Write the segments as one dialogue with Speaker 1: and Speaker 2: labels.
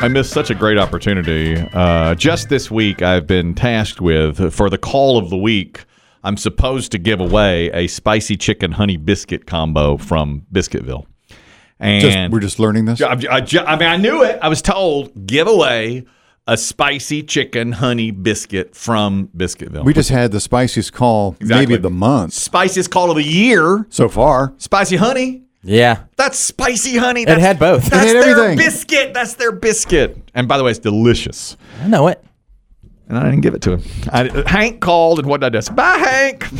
Speaker 1: I missed such a great opportunity. Uh, just this week, I've been tasked with uh, for the call of the week. I'm supposed to give away a spicy chicken honey biscuit combo from Biscuitville,
Speaker 2: Just,
Speaker 1: and
Speaker 2: we're just learning this.
Speaker 1: I, I, ju- I mean, I knew it. I was told give away a spicy chicken honey biscuit from Biscuitville.
Speaker 2: We just had the spiciest call maybe
Speaker 1: Exactly.
Speaker 2: of the month
Speaker 1: spiciest call of the year.
Speaker 2: so far.
Speaker 1: Spicy honey.
Speaker 3: Yeah.
Speaker 1: That's spicy honey.
Speaker 3: It
Speaker 1: That's,
Speaker 3: had both.
Speaker 1: That's
Speaker 2: had
Speaker 1: their
Speaker 2: everything.
Speaker 1: biscuit. That's their biscuit. And by the way, it's delicious.
Speaker 3: I know it.
Speaker 1: And I didn't give it to him. I, Hank called, and what did I do? I said, Bye, Hank.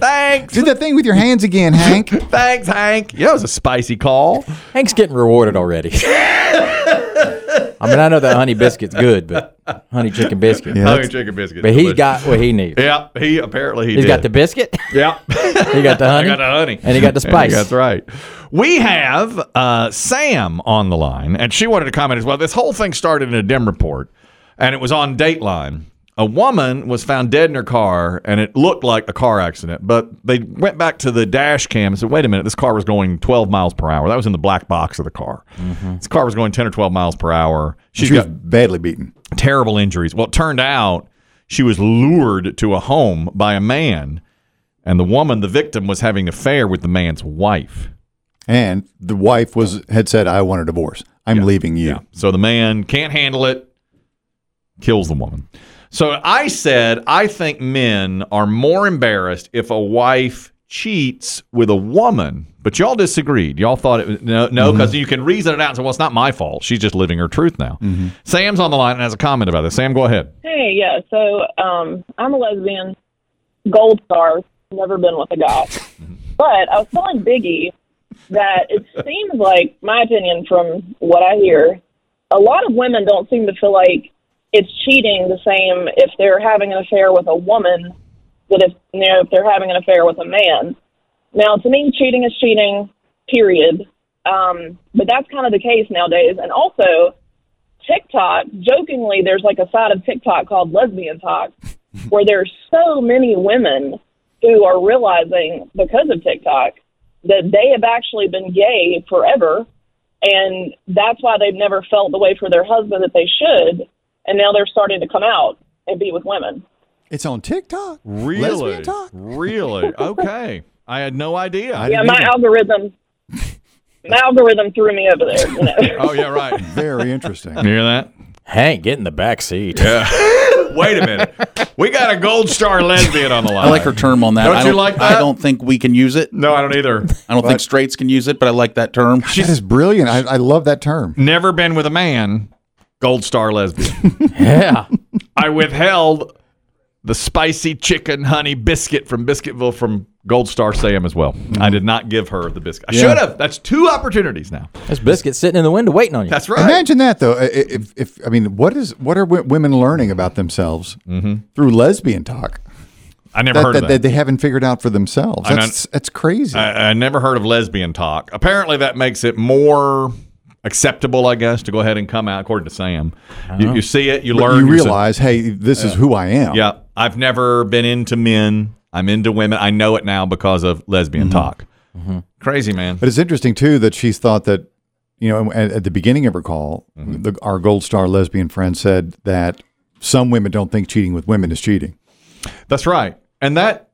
Speaker 1: thanks.
Speaker 2: Did that thing with your hands again, Hank.
Speaker 1: Thanks, Hank. Yeah, it was a spicy call.
Speaker 3: Hank's getting rewarded already. I mean, I know that honey biscuit's good, but honey chicken biscuit.
Speaker 2: Yeah,
Speaker 1: Honey
Speaker 2: that's-
Speaker 1: chicken biscuit.
Speaker 3: But he
Speaker 1: delicious.
Speaker 3: got what he needed.
Speaker 1: Yeah, he apparently he
Speaker 3: He's
Speaker 1: did.
Speaker 3: got the biscuit.
Speaker 1: yeah.
Speaker 3: He got the honey.
Speaker 1: I got the honey.
Speaker 3: And he got the spice.
Speaker 1: That's right. We have uh, Sam on the line, and she wanted to comment as well. This whole thing started in a Dim report, and it was on Dateline. A woman was found dead in her car, and it looked like a car accident. But they went back to the dash cam and said, "Wait a minute, this car was going 12 miles per hour. That was in the black box of the car.
Speaker 3: Mm-hmm.
Speaker 1: This car was going 10 or 12 miles per hour. She's
Speaker 2: She was
Speaker 1: got
Speaker 2: badly beaten.
Speaker 1: terrible injuries. Well, it turned out she was lured to a home by a man, and the woman, the victim, was having an affair with the man's wife.
Speaker 2: And the wife was had said, I want a divorce. I'm leaving you.
Speaker 1: So the man can't handle it, kills the woman. So I said, I think men are more embarrassed if a wife cheats with a woman. But y'all disagreed. Y'all thought it was no, no, because you can reason it out and say, well, it's not my fault. She's just living her truth now. Sam's on the line and has a comment about this. Sam, go ahead.
Speaker 4: Hey, yeah. So um, I'm a lesbian, gold star, never been with a guy. but I was telling Biggie that it seems like, my opinion from what I hear, a lot of women don't seem to feel like it's cheating the same if they're having an affair with a woman that if you know if they're having an affair with a man. Now, to me, cheating is cheating, period. Um, but that's kind of the case nowadays. And also, TikTok, jokingly, there's like a side of TikTok called Lesbian Talk, where there's so many women who are realizing because of TikTok that they have actually been gay forever, and that's why they've never felt the way for their husband that they should, and now they're starting to come out and be with women.
Speaker 2: It's on TikTok.
Speaker 1: Really?
Speaker 2: Lesbian talk.
Speaker 1: Really? Okay. I had no idea.
Speaker 4: Yeah, my algorithm, my algorithm threw me over there. You know?
Speaker 1: oh, yeah, right.
Speaker 2: Very interesting.
Speaker 1: You hear that?
Speaker 3: Hank, get in the back seat.
Speaker 1: Wait a minute. We got a gold star lesbian on the line.
Speaker 5: I like her term on that.
Speaker 1: Don't
Speaker 5: I
Speaker 1: you like that?
Speaker 5: I don't think we can use it.
Speaker 1: No, I don't either.
Speaker 5: I don't think straights can use it, but I like that term.
Speaker 2: that is brilliant. I, I love that term.
Speaker 1: Never been with a man, gold star lesbian.
Speaker 3: yeah.
Speaker 1: I withheld the spicy chicken honey biscuit from Biscuitville from Gold Star Sam as well.
Speaker 2: Mm-hmm.
Speaker 1: I did not give her the biscuit. I should have. That's two opportunities now.
Speaker 3: This biscuit's sitting in the window waiting on you.
Speaker 1: That's right.
Speaker 2: Imagine that though. I- I- If, if I mean, what is what are wo- women learning about themselves through lesbian talk
Speaker 1: I never Mm-hmm.
Speaker 2: that,
Speaker 1: heard
Speaker 2: that,
Speaker 1: of
Speaker 2: that they haven't figured out for themselves?
Speaker 1: I know.
Speaker 2: That's that's crazy.
Speaker 1: I, I never heard of lesbian talk. Apparently, that makes it more acceptable, I guess, to go ahead and come out. According to Sam, you, you see it, you learn,
Speaker 2: Uh-huh. you
Speaker 1: you say,
Speaker 2: realize, hey, this is who I am.
Speaker 1: Yeah, I've never been into men. I'm into women. I know it now because of lesbian
Speaker 2: Mm-hmm.
Speaker 1: talk. Crazy man.
Speaker 2: But it's interesting too that she's thought that, you know, at, at the beginning of her call,
Speaker 1: Mm-hmm.
Speaker 2: the, our gold star lesbian friend said that some women don't think cheating with women is cheating.
Speaker 1: That's right. And that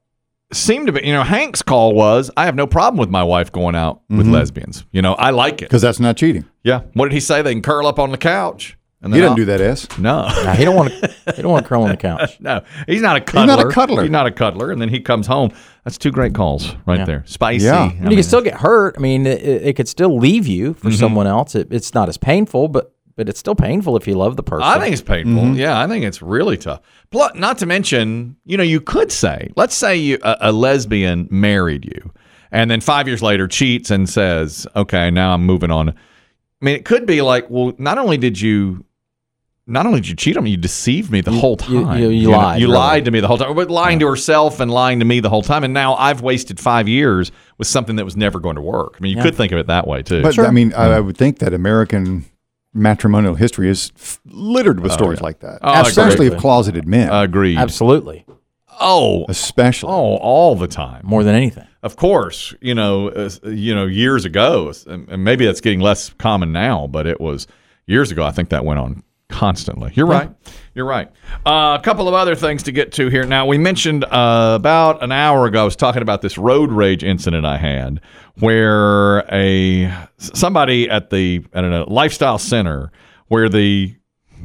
Speaker 1: seemed to be, you know, Hank's call was, I have no problem with my wife going out with
Speaker 2: Mm-hmm.
Speaker 1: lesbians. You know, I like it.
Speaker 2: Because that's not cheating.
Speaker 1: Yeah. What did he say? They can curl up on the couch. And
Speaker 2: He
Speaker 1: then
Speaker 2: doesn't do that, S.
Speaker 1: I'll- No.
Speaker 3: Nah, he don't want to. He don't want to curl on the couch.
Speaker 1: No, he's not a cuddler.
Speaker 2: not a cuddler.
Speaker 1: He's not a cuddler. And then he comes home. That's two great calls right there. Spicy.
Speaker 2: Yeah.
Speaker 1: I
Speaker 3: And you
Speaker 1: mean, Mm-hmm.
Speaker 3: can still get hurt. I mean, it, it it could still leave you for someone else. It, it's not as painful, but but it's still painful if you love the person.
Speaker 1: I think it's painful.
Speaker 3: Mm-hmm.
Speaker 1: Yeah, I think it's really tough. Plus, not to mention, you know, you could say, let's say you, a, a lesbian married you, and then five years later cheats and says, "Okay, now I'm moving on." I mean, it could be like, well, not only did you, not only did you cheat on me, you deceived me the whole
Speaker 3: you-
Speaker 1: time.
Speaker 3: you
Speaker 1: know,
Speaker 3: lied,
Speaker 1: You
Speaker 3: really.
Speaker 1: lied to me the whole time, but lying to herself and lying to me the whole time, and now I've wasted five years with something that was never going to work. I mean, you could think of it that way too.
Speaker 2: But I mean, I, I would think that American matrimonial history is f- littered with stories like that,
Speaker 1: Oh,
Speaker 2: especially
Speaker 3: agreed.
Speaker 2: of closeted men.
Speaker 1: Agreed.
Speaker 3: Absolutely.
Speaker 1: oh,
Speaker 2: especially.
Speaker 1: oh, all the time.
Speaker 3: More than anything.
Speaker 1: Of course, you know, uh, you know, years ago, and and maybe that's getting less common now, but it was years ago. I think that went on constantly. You're right. You're right. Uh, a couple of other things to get to here. Now, we mentioned uh, about an hour ago. I was talking about this road rage incident I had, where a somebody at the at a lifestyle center where the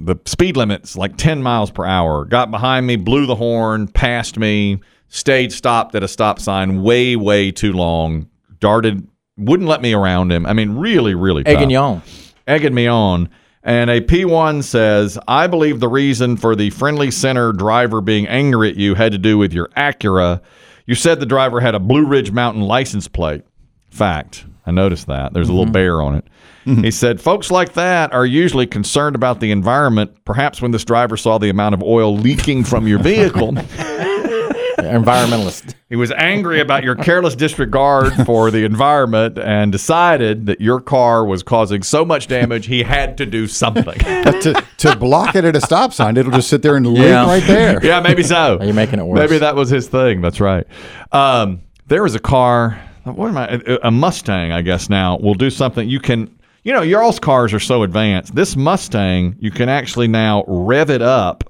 Speaker 1: the speed limit's like 10 miles per hour. Got behind me, blew the horn, passed me, stayed stopped at a stop sign way, way too long, darted, wouldn't let me around him. I mean, really, really tough
Speaker 3: Egging you on.
Speaker 1: egging me on. And a P1 says, I believe the reason for the friendly center driver being angry at you had to do with your Acura. You said the driver had a Blue Ridge Mountain license plate. Fact. I noticed that. There's a little bear on it. He said, Folks like that are usually concerned about the environment. Perhaps when this driver saw the amount of oil leaking from your vehicle,
Speaker 3: Environmentalist.
Speaker 1: he was angry about your careless disregard for the environment and decided that your car was causing so much damage he had to do something.
Speaker 2: But to, to block it at a stop sign, it'll just sit there and leak
Speaker 3: Yeah.
Speaker 2: right there.
Speaker 1: yeah, maybe so.
Speaker 3: You're making it worse.
Speaker 1: Maybe that was his thing. That's right. Um, there was a car. What am I? a- A Mustang, I guess. Now will do something. You can. You know, y'all's cars are so advanced. This Mustang, you can actually now rev it up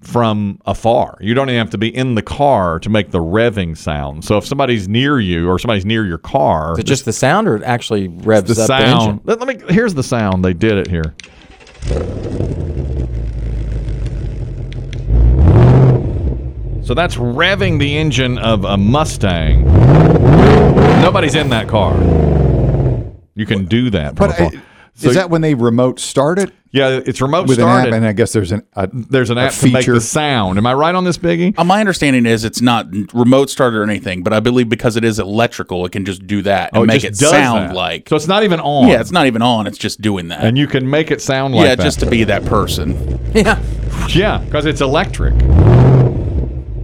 Speaker 1: from afar. You don't even have to be in the car to make the revving sound. So if somebody's near you or somebody's near your car,
Speaker 3: Is it just the sound or it actually revs
Speaker 1: the
Speaker 3: up the
Speaker 1: sound.
Speaker 3: engine?
Speaker 1: Let, let me. Here's the sound. They did it here. So that's revving the engine of a Mustang. Nobody's in that car. You can do that. From
Speaker 2: But
Speaker 5: uh,
Speaker 1: afar.
Speaker 2: I, is that when they remote start it
Speaker 1: yeah, it's remote
Speaker 2: with an
Speaker 1: started.
Speaker 2: app? And I guess there's an a,
Speaker 1: There's an
Speaker 2: a
Speaker 1: app to make
Speaker 2: feature.
Speaker 1: the sound. Am I right on this, Biggie?
Speaker 5: Uh, my understanding is it's not remote started or anything, but I believe because it is electrical, it can just do that and
Speaker 1: Oh, it
Speaker 5: make it
Speaker 1: just does
Speaker 5: sound
Speaker 1: that.
Speaker 5: like.
Speaker 1: So it's not even on.
Speaker 5: yeah, it's not even on. It's just doing that.
Speaker 1: and you can make it sound like
Speaker 5: yeah,
Speaker 1: that.
Speaker 5: just to be that person.
Speaker 3: Yeah.
Speaker 1: yeah, because it's electric.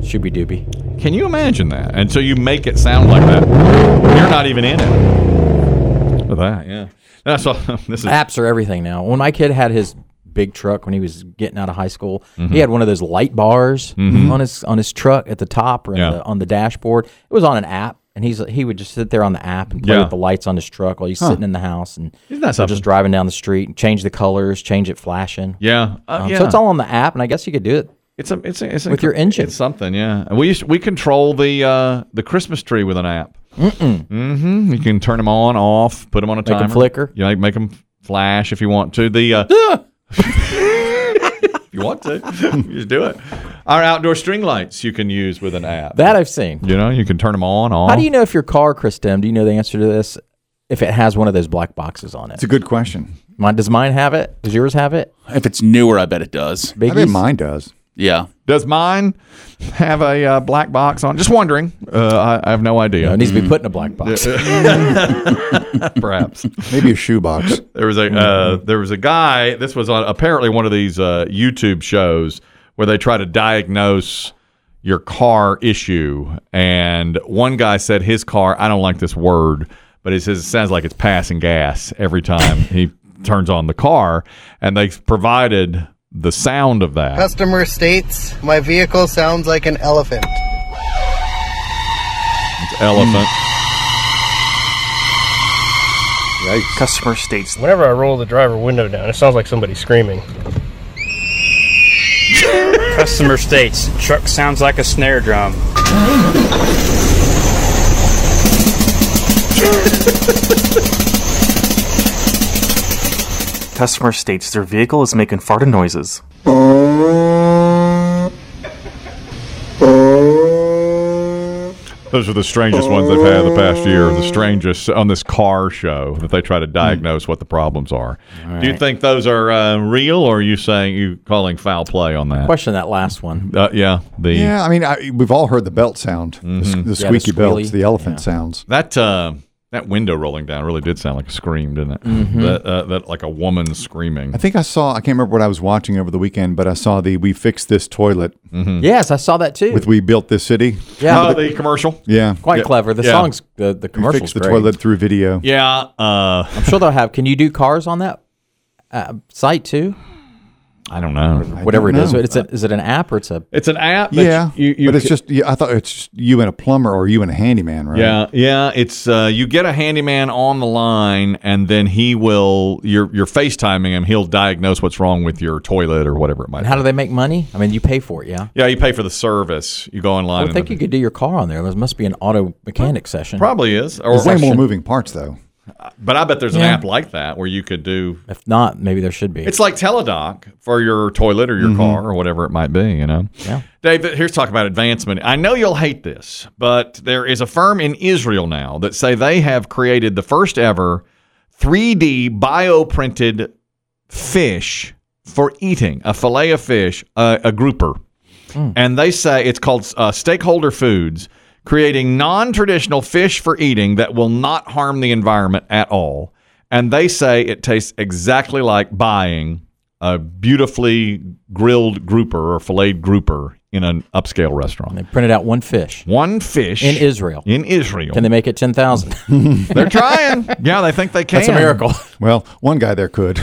Speaker 3: Shooby dooby.
Speaker 1: Can you imagine that? And so you make it sound like that. You're not even in it. Look at that, yeah. That's all. This is
Speaker 3: Apps are everything now. When my kid had his big truck when he was getting out of high school,
Speaker 1: Mm-hmm.
Speaker 3: he had one of those light bars on his on his truck at the top or in
Speaker 1: Yeah.
Speaker 3: the, on the dashboard. It was on an app. And he's he would just sit there on the app and play
Speaker 1: Yeah.
Speaker 3: with the lights on his truck while he's sitting in the house and
Speaker 1: Isn't that
Speaker 3: or just
Speaker 1: something?
Speaker 3: driving down the street and change the colors, change it flashing.
Speaker 1: yeah, uh,
Speaker 3: Um,
Speaker 1: yeah.
Speaker 3: So it's all on the app, and I guess you could do it.
Speaker 1: It's a it's a, it's a,
Speaker 3: With your engine.
Speaker 1: It's something, yeah. And We used, we control the uh, the Christmas tree with an app. Mm-mm. hmm You can turn them on, off, put them on a timer,
Speaker 3: 'em flicker.
Speaker 1: You know, make them flash if you want to. The uh, if you want to, you just do it. Our outdoor string lights you can use with an app.
Speaker 3: That I've seen.
Speaker 1: you know, you can turn them on, off.
Speaker 3: How do you know if your car, Chris Dem, do you know the answer to this? If it has one of those black boxes on it.
Speaker 2: It's a good question.
Speaker 3: Mine, does mine have it? Does yours have it?
Speaker 5: If it's newer, I bet it does.
Speaker 2: I bet mine does.
Speaker 5: Yeah.
Speaker 1: Does mine have a uh, black box on? Just wondering. Uh, I, I have no idea.
Speaker 3: No, it needs to be put in a black box.
Speaker 1: Perhaps
Speaker 2: Maybe a shoebox.
Speaker 1: there was a uh, there was a guy. This was on apparently one of these uh, YouTube shows where they try to diagnose your car issue. And one guy said his car. I don't like this word, but it says it sounds like it's passing gas every time he turns on the car. And they provided the sound of that.
Speaker 6: Customer states, my vehicle sounds like an elephant.
Speaker 1: elephant.
Speaker 7: Customer states
Speaker 8: Whenever I roll the driver window down, it sounds like somebody screaming.
Speaker 7: customer states truck sounds like a snare drum. customer states their vehicle is making farting noises.
Speaker 1: Those are the strangest ones they've had the past year.
Speaker 2: Oh.
Speaker 1: The strangest on this car show that they
Speaker 2: Hmm.
Speaker 1: try to diagnose what the problems are. Do you think those are uh, real, or are you saying you calling foul play on that?
Speaker 3: Question that last one.
Speaker 1: Uh, yeah, the Mm-hmm.
Speaker 2: Yeah, I mean, I, we've all heard the belt sound, the, s- the
Speaker 3: Yeah, the
Speaker 2: squeaky belts,
Speaker 3: squealy.
Speaker 2: the elephant sounds.
Speaker 1: that uh, That window rolling down really did sound like a scream, didn't it?
Speaker 2: Mm-hmm.
Speaker 1: That, uh, that like a woman screaming.
Speaker 2: I think I saw, I can't remember what I was watching over the weekend, but I saw the We Fixed This Toilet
Speaker 1: Mm.
Speaker 3: Yes, I saw that too.
Speaker 2: with We Built This City.
Speaker 3: yeah,
Speaker 1: Oh, the commercial.
Speaker 2: Yeah.
Speaker 3: quite clever. The
Speaker 1: yeah.
Speaker 3: songs, the
Speaker 2: We
Speaker 3: the commercials,
Speaker 2: Fixed the
Speaker 3: great.
Speaker 2: Toilet through video.
Speaker 1: Yeah. Uh,
Speaker 3: I'm sure they'll have. Can you do cars on that uh, site too?
Speaker 1: I don't know.
Speaker 3: Whatever it is,
Speaker 2: know.
Speaker 3: it's a, is it an app or it's a?
Speaker 1: It's an app. That
Speaker 2: Yeah.
Speaker 1: You, you
Speaker 2: but it's
Speaker 1: ca-
Speaker 2: just, yeah, I thought it's just you and a plumber or you and a handyman, right?
Speaker 1: Yeah, yeah. It's uh, you get a handyman on the line, and then he will. You're you're FaceTiming him. He'll diagnose what's wrong with your toilet or whatever it might.
Speaker 3: And
Speaker 1: be.
Speaker 3: how do they make money? I mean, you pay for it, yeah.
Speaker 1: yeah, you pay for the service. You go
Speaker 3: I
Speaker 1: online.
Speaker 3: would
Speaker 1: and
Speaker 3: think you
Speaker 1: it
Speaker 3: could do your car on there. There must be an auto mechanic session.
Speaker 1: probably is. Or,
Speaker 2: There's way more moving parts, though.
Speaker 1: but I bet there's an
Speaker 3: Yeah.
Speaker 1: app like that where you could do.
Speaker 3: If not, maybe there should be. Mm-hmm.
Speaker 1: It's like Teledoc for your toilet or your car or whatever it might be. You know.
Speaker 3: Yeah.
Speaker 1: Dave, here's talk about advancement. I know you'll hate this, but there is a firm in Israel now that say they have created the first ever 3D bioprinted fish for eating, a fillet of fish, a, a grouper. And they say it's called uh, Stakeholder Foods, creating non traditional fish for eating that will not harm the environment at all. And they say it tastes exactly like buying a beautifully grilled grouper or filleted grouper in an upscale restaurant.
Speaker 3: they printed out one fish
Speaker 1: One fish
Speaker 3: in Israel.
Speaker 1: In Israel,
Speaker 3: Can they make it ten thousand?
Speaker 1: they're trying. yeah, they think they can.
Speaker 3: That's a miracle.
Speaker 2: Well, one guy there could.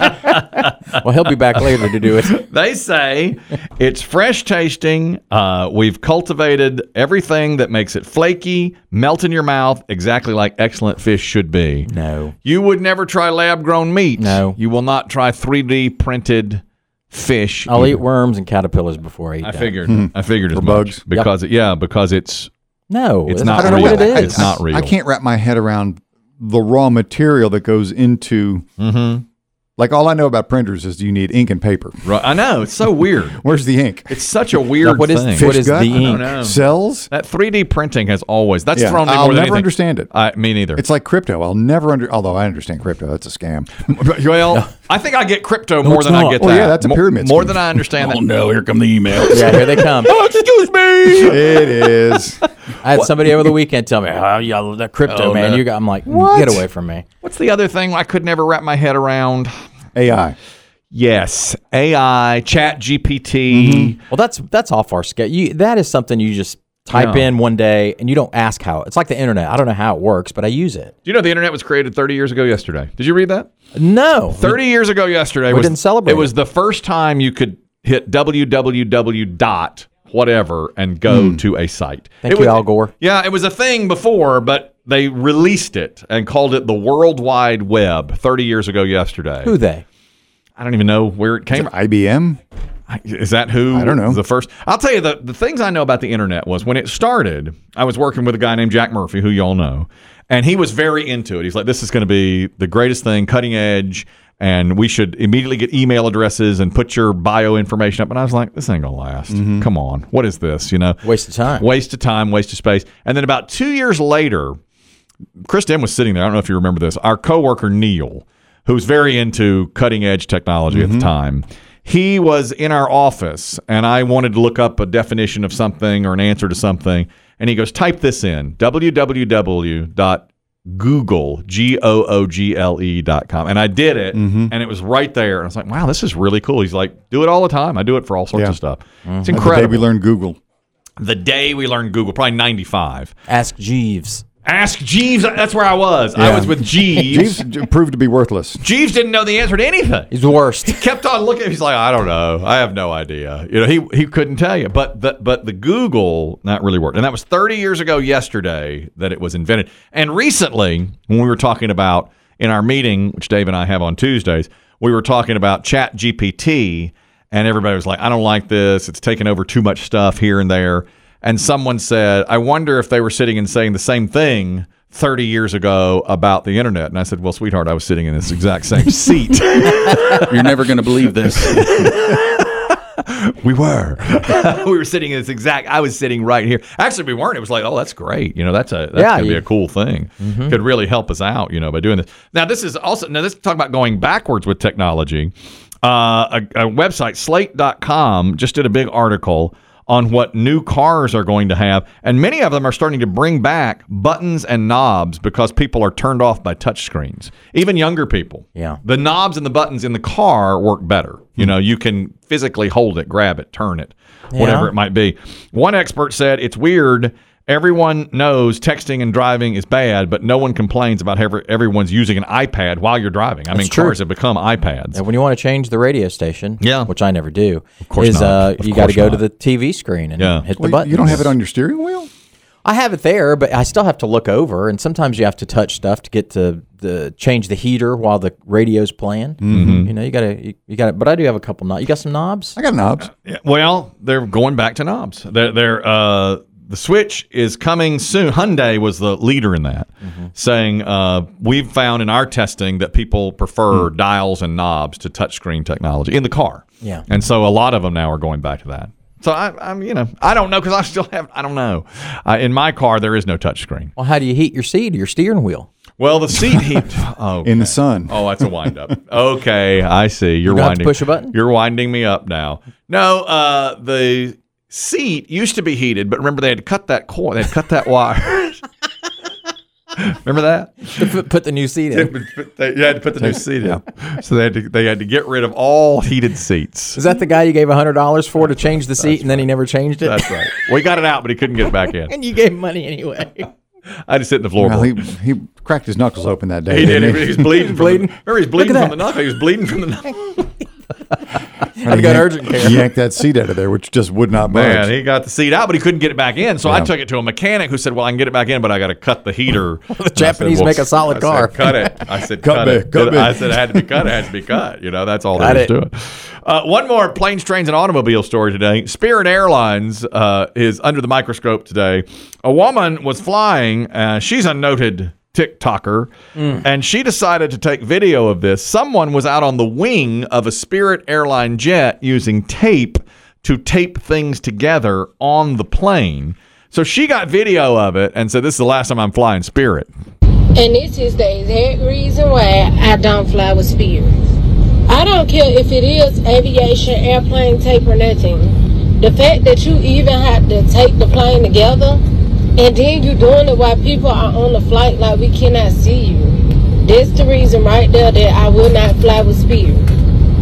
Speaker 3: well, he'll be back later to do it.
Speaker 1: They say it's fresh tasting. Uh, we've cultivated everything that makes it flaky, melt in your mouth, exactly like excellent fish should be.
Speaker 3: No.
Speaker 1: You would never try lab grown meat.
Speaker 3: No.
Speaker 1: You will not try 3D printed fish.
Speaker 3: I'll eat Hmm.
Speaker 1: either.
Speaker 3: worms and caterpillars before I eat
Speaker 1: I
Speaker 3: that.
Speaker 1: figured. I figured as
Speaker 2: For
Speaker 1: much.
Speaker 2: bugs?
Speaker 1: because it, yeah, because it's
Speaker 3: No,
Speaker 1: It's
Speaker 3: that's-
Speaker 1: not
Speaker 3: I don't know
Speaker 1: real.
Speaker 3: what it
Speaker 1: I-
Speaker 3: is.
Speaker 1: It's not real.
Speaker 2: I can't wrap my head around the raw material that goes into.
Speaker 1: Mm-hmm.
Speaker 2: Like all I know about printers is you need ink and paper.
Speaker 1: right. I know it's so weird.
Speaker 2: Where's the ink?
Speaker 1: It's such a weird
Speaker 3: what is
Speaker 1: thing.
Speaker 3: fish- What is
Speaker 2: gut?
Speaker 3: the
Speaker 1: I don't
Speaker 3: ink?
Speaker 1: know.
Speaker 2: Cells?
Speaker 1: That 3D printing has always that's
Speaker 2: Yeah,
Speaker 1: thrown me
Speaker 2: I'll
Speaker 1: more than
Speaker 2: never
Speaker 1: anything.
Speaker 2: understand it.
Speaker 1: I, me neither.
Speaker 2: It's like crypto. I'll never under. Although I understand crypto, that's a scam.
Speaker 1: Well, I think I get crypto more
Speaker 3: it's
Speaker 1: than I
Speaker 3: not. Oh,
Speaker 1: get that.
Speaker 2: Well, yeah, that's a
Speaker 1: Mo-
Speaker 2: pyramid
Speaker 1: More
Speaker 2: scheme.
Speaker 1: than I understand
Speaker 5: Oh
Speaker 1: that. Oh,
Speaker 5: no! Here come the emails.
Speaker 3: Yeah, here they come.
Speaker 1: Excuse me.
Speaker 2: it is.
Speaker 3: I had somebody over the weekend tell me, "Oh, yeah, that crypto man, you got." I'm like, "Mm, "Get away from me!"
Speaker 1: What's the other thing I could never wrap my head around?
Speaker 2: AI.
Speaker 1: Yes, AI, Chat GPT.
Speaker 3: Well, that's that's off our scale. You that is something you just type
Speaker 1: Yeah.
Speaker 3: in one day and you don't ask how. It's like the internet. I don't know how it works, but I use it.
Speaker 1: Do you know the internet was created 30 years ago yesterday? Did you read that?
Speaker 3: No,
Speaker 1: 30 years ago yesterday.
Speaker 3: We
Speaker 1: was,
Speaker 3: didn't celebrate
Speaker 1: It was
Speaker 3: it.
Speaker 1: the first time you could hit www dot whatever and go to a site.
Speaker 3: Hmm. Thank
Speaker 1: It
Speaker 3: you,
Speaker 1: was-
Speaker 3: Al Gore.
Speaker 1: Yeah, it was a thing before, but they released it and called it the World Wide Web 30 years ago yesterday.
Speaker 3: who they?
Speaker 1: I don't even know where it came.
Speaker 2: IBM.
Speaker 1: I- Is that who?
Speaker 2: I don't know.
Speaker 1: The first. I'll tell you the the things I know about the internet was when it started. I was working with a guy named Jack Murphy, who y'all know, and he was very into it. He's like, "This is going to be the greatest thing, cutting edge." And we should immediately get email addresses and put your bio information up. And I was like, this ain't gonna last.
Speaker 2: Mm-hmm.
Speaker 1: Come on. What is this? You know?
Speaker 3: Waste of time.
Speaker 1: Waste of time, waste of space. And then about two years later, Chris Den was sitting there. I don't know if you remember this. Our coworker Neil, who's very into cutting edge technology at
Speaker 2: Mm-hmm.
Speaker 1: the time, he was in our office, and I wanted to look up a definition of something or an answer to something, and he goes, "Type this in: www.google g o o g l e dot com." And I did it,
Speaker 2: Mm-hmm.
Speaker 1: and it was right there. And I was like, "Wow, this is really cool." He's like, "Do it all the time. I do it for all sorts
Speaker 2: Yeah.
Speaker 1: of stuff. It's
Speaker 2: The day
Speaker 1: incredible."
Speaker 2: we learned Google.
Speaker 1: the day we learned Google, probably ninety five.
Speaker 3: Ask Jeeves.
Speaker 1: Ask Jeeves. That's where I was. I
Speaker 2: Yeah.
Speaker 1: was with Jeeves.
Speaker 2: Jeeves j- proved to be worthless.
Speaker 1: Jeeves didn't know the answer to anything. He
Speaker 3: He's the worst.
Speaker 1: kept on looking. He's like, I don't know. I have no idea. You know, he he couldn't tell you. But the but the Google not really worked. And that was 30 years ago yesterday that it was invented. And recently, when we were talking about in our meeting, which Dave and I have on Tuesdays, we were talking about Chat GPT, and everybody was like, I don't like this. It's taking over too much stuff here and there. And someone said, I wonder if they were sitting and saying the same thing 30 years ago about the internet. And I said, Well, sweetheart, I was sitting in this exact same seat.
Speaker 5: You're never going to believe this.
Speaker 1: We were. we were sitting in this exact. I was sitting right here. Actually, we weren't. It was like, oh, that's great. You know, that's a that's
Speaker 3: Yeah,
Speaker 1: gonna be
Speaker 3: you-
Speaker 1: a cool thing. Could really help us out. You know, by doing this. Now, this is also now this talk about going backwards with technology. Uh, a, a website, Slate.com, just did a big article on what new cars are going to have. And many of them are starting to bring back buttons and knobs because people are turned off by touchscreens, even younger people.
Speaker 3: Yeah.
Speaker 1: The knobs and the buttons in the car work better. You know, you can physically hold it, grab it, turn it, whatever it might be. One expert said it's weird. Everyone knows texting and driving is bad, but no one complains about every, everyone's using an iPad while you're driving. I mean,
Speaker 3: true.
Speaker 1: cars have become iPads.
Speaker 3: And when you want to change the radio station,
Speaker 1: Yeah.
Speaker 3: which I never do, of
Speaker 1: course
Speaker 3: is
Speaker 1: not.
Speaker 3: uh,
Speaker 1: Of
Speaker 3: you got to
Speaker 1: course
Speaker 3: go
Speaker 1: not.
Speaker 3: to the TV screen and
Speaker 1: Yeah.
Speaker 3: hit the
Speaker 2: Well,
Speaker 3: button.
Speaker 2: you don't have it on your steering wheel?
Speaker 3: I have it there, but I still have to look over, and sometimes you have to touch stuff to get to the change the heater while the radio's playing. Mm-hmm. You know, you gotta you, you gotta. But I do have a couple knobs. You got some knobs?
Speaker 2: I got knobs.
Speaker 1: Yeah, well, they're going back to knobs. They're, they're uh, the Switch is coming soon. Hyundai was the leader in that, saying uh, we've found in our testing that people prefer dials and knobs to touchscreen technology in the car.
Speaker 3: Yeah.
Speaker 1: and so a lot of them now are going back to that. So I, I'm, you know, I don't know because I still have, I don't know. Uh, in my car, there is no touchscreen.
Speaker 3: Well, how do you heat your seat or your steering wheel?
Speaker 1: Well, the seat heat. Oh,
Speaker 2: In the sun.
Speaker 1: Oh, that's a wind up. Okay, I see. You're
Speaker 3: don't have to
Speaker 1: winding.
Speaker 3: push a button?
Speaker 1: You're winding me up now. No, uh, the seat used to be heated, but remember they had to cut that cord. They had to cut that wire. remember that?
Speaker 3: To put, put the new seat
Speaker 1: They,
Speaker 3: in.
Speaker 1: they- you had to put the new seat in. So they had to they had to get rid of all heated seats.
Speaker 3: Is that the guy you gave hundred dollars for to change the seat, and then he never changed it?
Speaker 1: That's right. We got it out, but he couldn't get it back in.
Speaker 3: and you gave him money anyway.
Speaker 1: I just hit in the floorboard.
Speaker 2: Well, he, he cracked his knuckles open that day.
Speaker 1: He did.
Speaker 2: didn't
Speaker 1: He was bleeding.
Speaker 3: Bleeding.
Speaker 1: From the, remember, he was bleeding from the knuckle. He was bleeding from the knuckle.
Speaker 2: I've
Speaker 3: got urgent care.
Speaker 2: Yanked that seat out of there, which just would not budge.
Speaker 1: Man, he got the seat out, but he couldn't get it back in. So I
Speaker 2: Yeah.
Speaker 1: took it to a mechanic who said, "Well, I can get it back in, but I got to cut the heater." the
Speaker 3: Japanese make a solid car."
Speaker 1: cut it. I said,
Speaker 2: Cut
Speaker 1: "Cut,
Speaker 2: me,
Speaker 1: it."
Speaker 2: cut
Speaker 1: Did-
Speaker 2: me.
Speaker 1: I said, "It had to be cut. It had to be cut." You know, that's all there
Speaker 3: Got
Speaker 1: is to
Speaker 3: it.
Speaker 1: it. Uh, one more planes, trains, and automobile story today. Spirit Airlines uh, is under the microscope today. A woman was flying. Uh, she's a noted. TikToker,
Speaker 3: Hmm.
Speaker 1: and she decided to take video of this. Someone was out on the wing of a Spirit airline jet using tape to tape things together on the plane. So she got video of it and said, This is the last time I'm flying Spirit.
Speaker 9: And this is the exact reason why I don't fly with Spirit. I don't care if it is aviation, airplane tape, or nothing. The fact that you even had to tape the plane together and then you doing it while people are on the flight like we cannot see you. That's the reason right there that I will not fly with Spirit.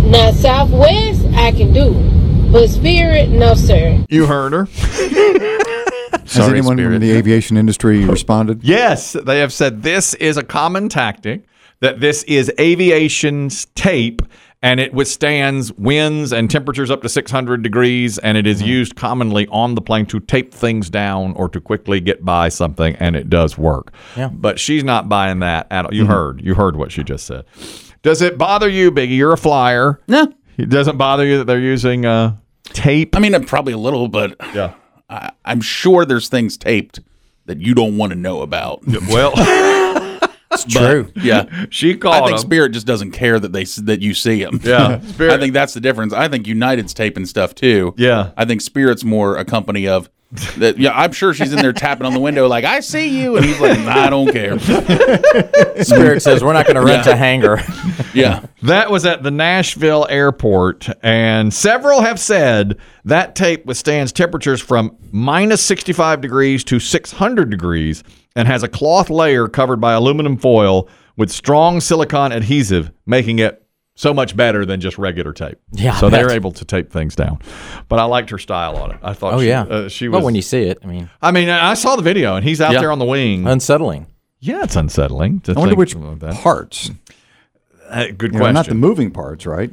Speaker 9: Now, Southwest, I can do. But Spirit, no, sir.
Speaker 1: You heard her.
Speaker 2: Has anyone in the aviation industry responded?
Speaker 1: Yes, they have said this is a common tactic, that this is aviation's tape and it withstands winds and temperatures up to 600 degrees and it
Speaker 5: Hmm.
Speaker 1: is used commonly on the plane to tape things down or to quickly get by something and it does work.
Speaker 3: Yeah.
Speaker 1: But she's not buying that at all. You
Speaker 5: Hmm.
Speaker 1: heard, you heard what she just said. Does it bother you, Biggie? You're a flyer.
Speaker 5: No.
Speaker 1: It doesn't bother you that they're using uh, tape.
Speaker 5: I mean, uh, probably a little, but
Speaker 1: Yeah.
Speaker 5: I, I'm sure there's things taped that you don't want to know about.
Speaker 1: Well,
Speaker 5: That's true. Yeah.
Speaker 1: she
Speaker 5: I
Speaker 1: called
Speaker 5: think
Speaker 1: him.
Speaker 5: Spirit just doesn't care that they s- that you see them.
Speaker 1: Yeah, Spirit-
Speaker 5: I think that's the difference. I think United's taping stuff too.
Speaker 1: Yeah.
Speaker 5: I think Spirit's more a company of that. Yeah, I'm sure she's in there tapping on the window like I see you, and he's like I don't care.
Speaker 3: Spirit says we're not going to rent
Speaker 5: Yeah.
Speaker 3: a hangar.
Speaker 5: Yeah,
Speaker 1: That was at the Nashville airport, and several have said that tape withstands temperatures from minus 65 degrees to 600 degrees and has a cloth layer covered by aluminum foil with strong silicone adhesive, making it so much better than just regular tape.
Speaker 3: Yeah, I
Speaker 1: so they're
Speaker 3: bet.
Speaker 1: able to tape things down. But I liked her style on it. I thought.
Speaker 3: Oh
Speaker 1: she,
Speaker 3: yeah,
Speaker 1: uh, she was.
Speaker 3: But when you see it, I mean,
Speaker 1: I mean, I saw the video, and he's out
Speaker 5: Yeah.
Speaker 1: there on the wing.
Speaker 3: Uh, unsettling.
Speaker 1: yeah, it's unsettling. To
Speaker 2: I wonder
Speaker 1: think
Speaker 2: which
Speaker 1: about that.
Speaker 2: parts.
Speaker 1: Uh, good
Speaker 2: You know,
Speaker 1: question.
Speaker 2: not the moving parts, right?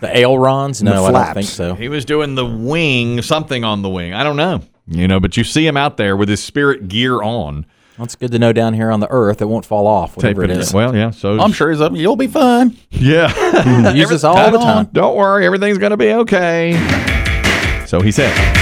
Speaker 3: The ailerons? No, I don't think
Speaker 2: flaps.
Speaker 3: so.
Speaker 1: He was doing the wing, something on the wing. I don't know. You know, but you see him out there with his spirit gear on.
Speaker 3: Well, it's good to know down here on the earth it won't fall off, whatever it
Speaker 1: Taping
Speaker 3: is.
Speaker 1: it. Well, yeah. So
Speaker 5: I'm sure he's up. You'll be fine.
Speaker 1: Yeah.
Speaker 3: Use this all the
Speaker 5: Right on.
Speaker 3: time.
Speaker 1: don't worry, everything's gonna be okay. So he said.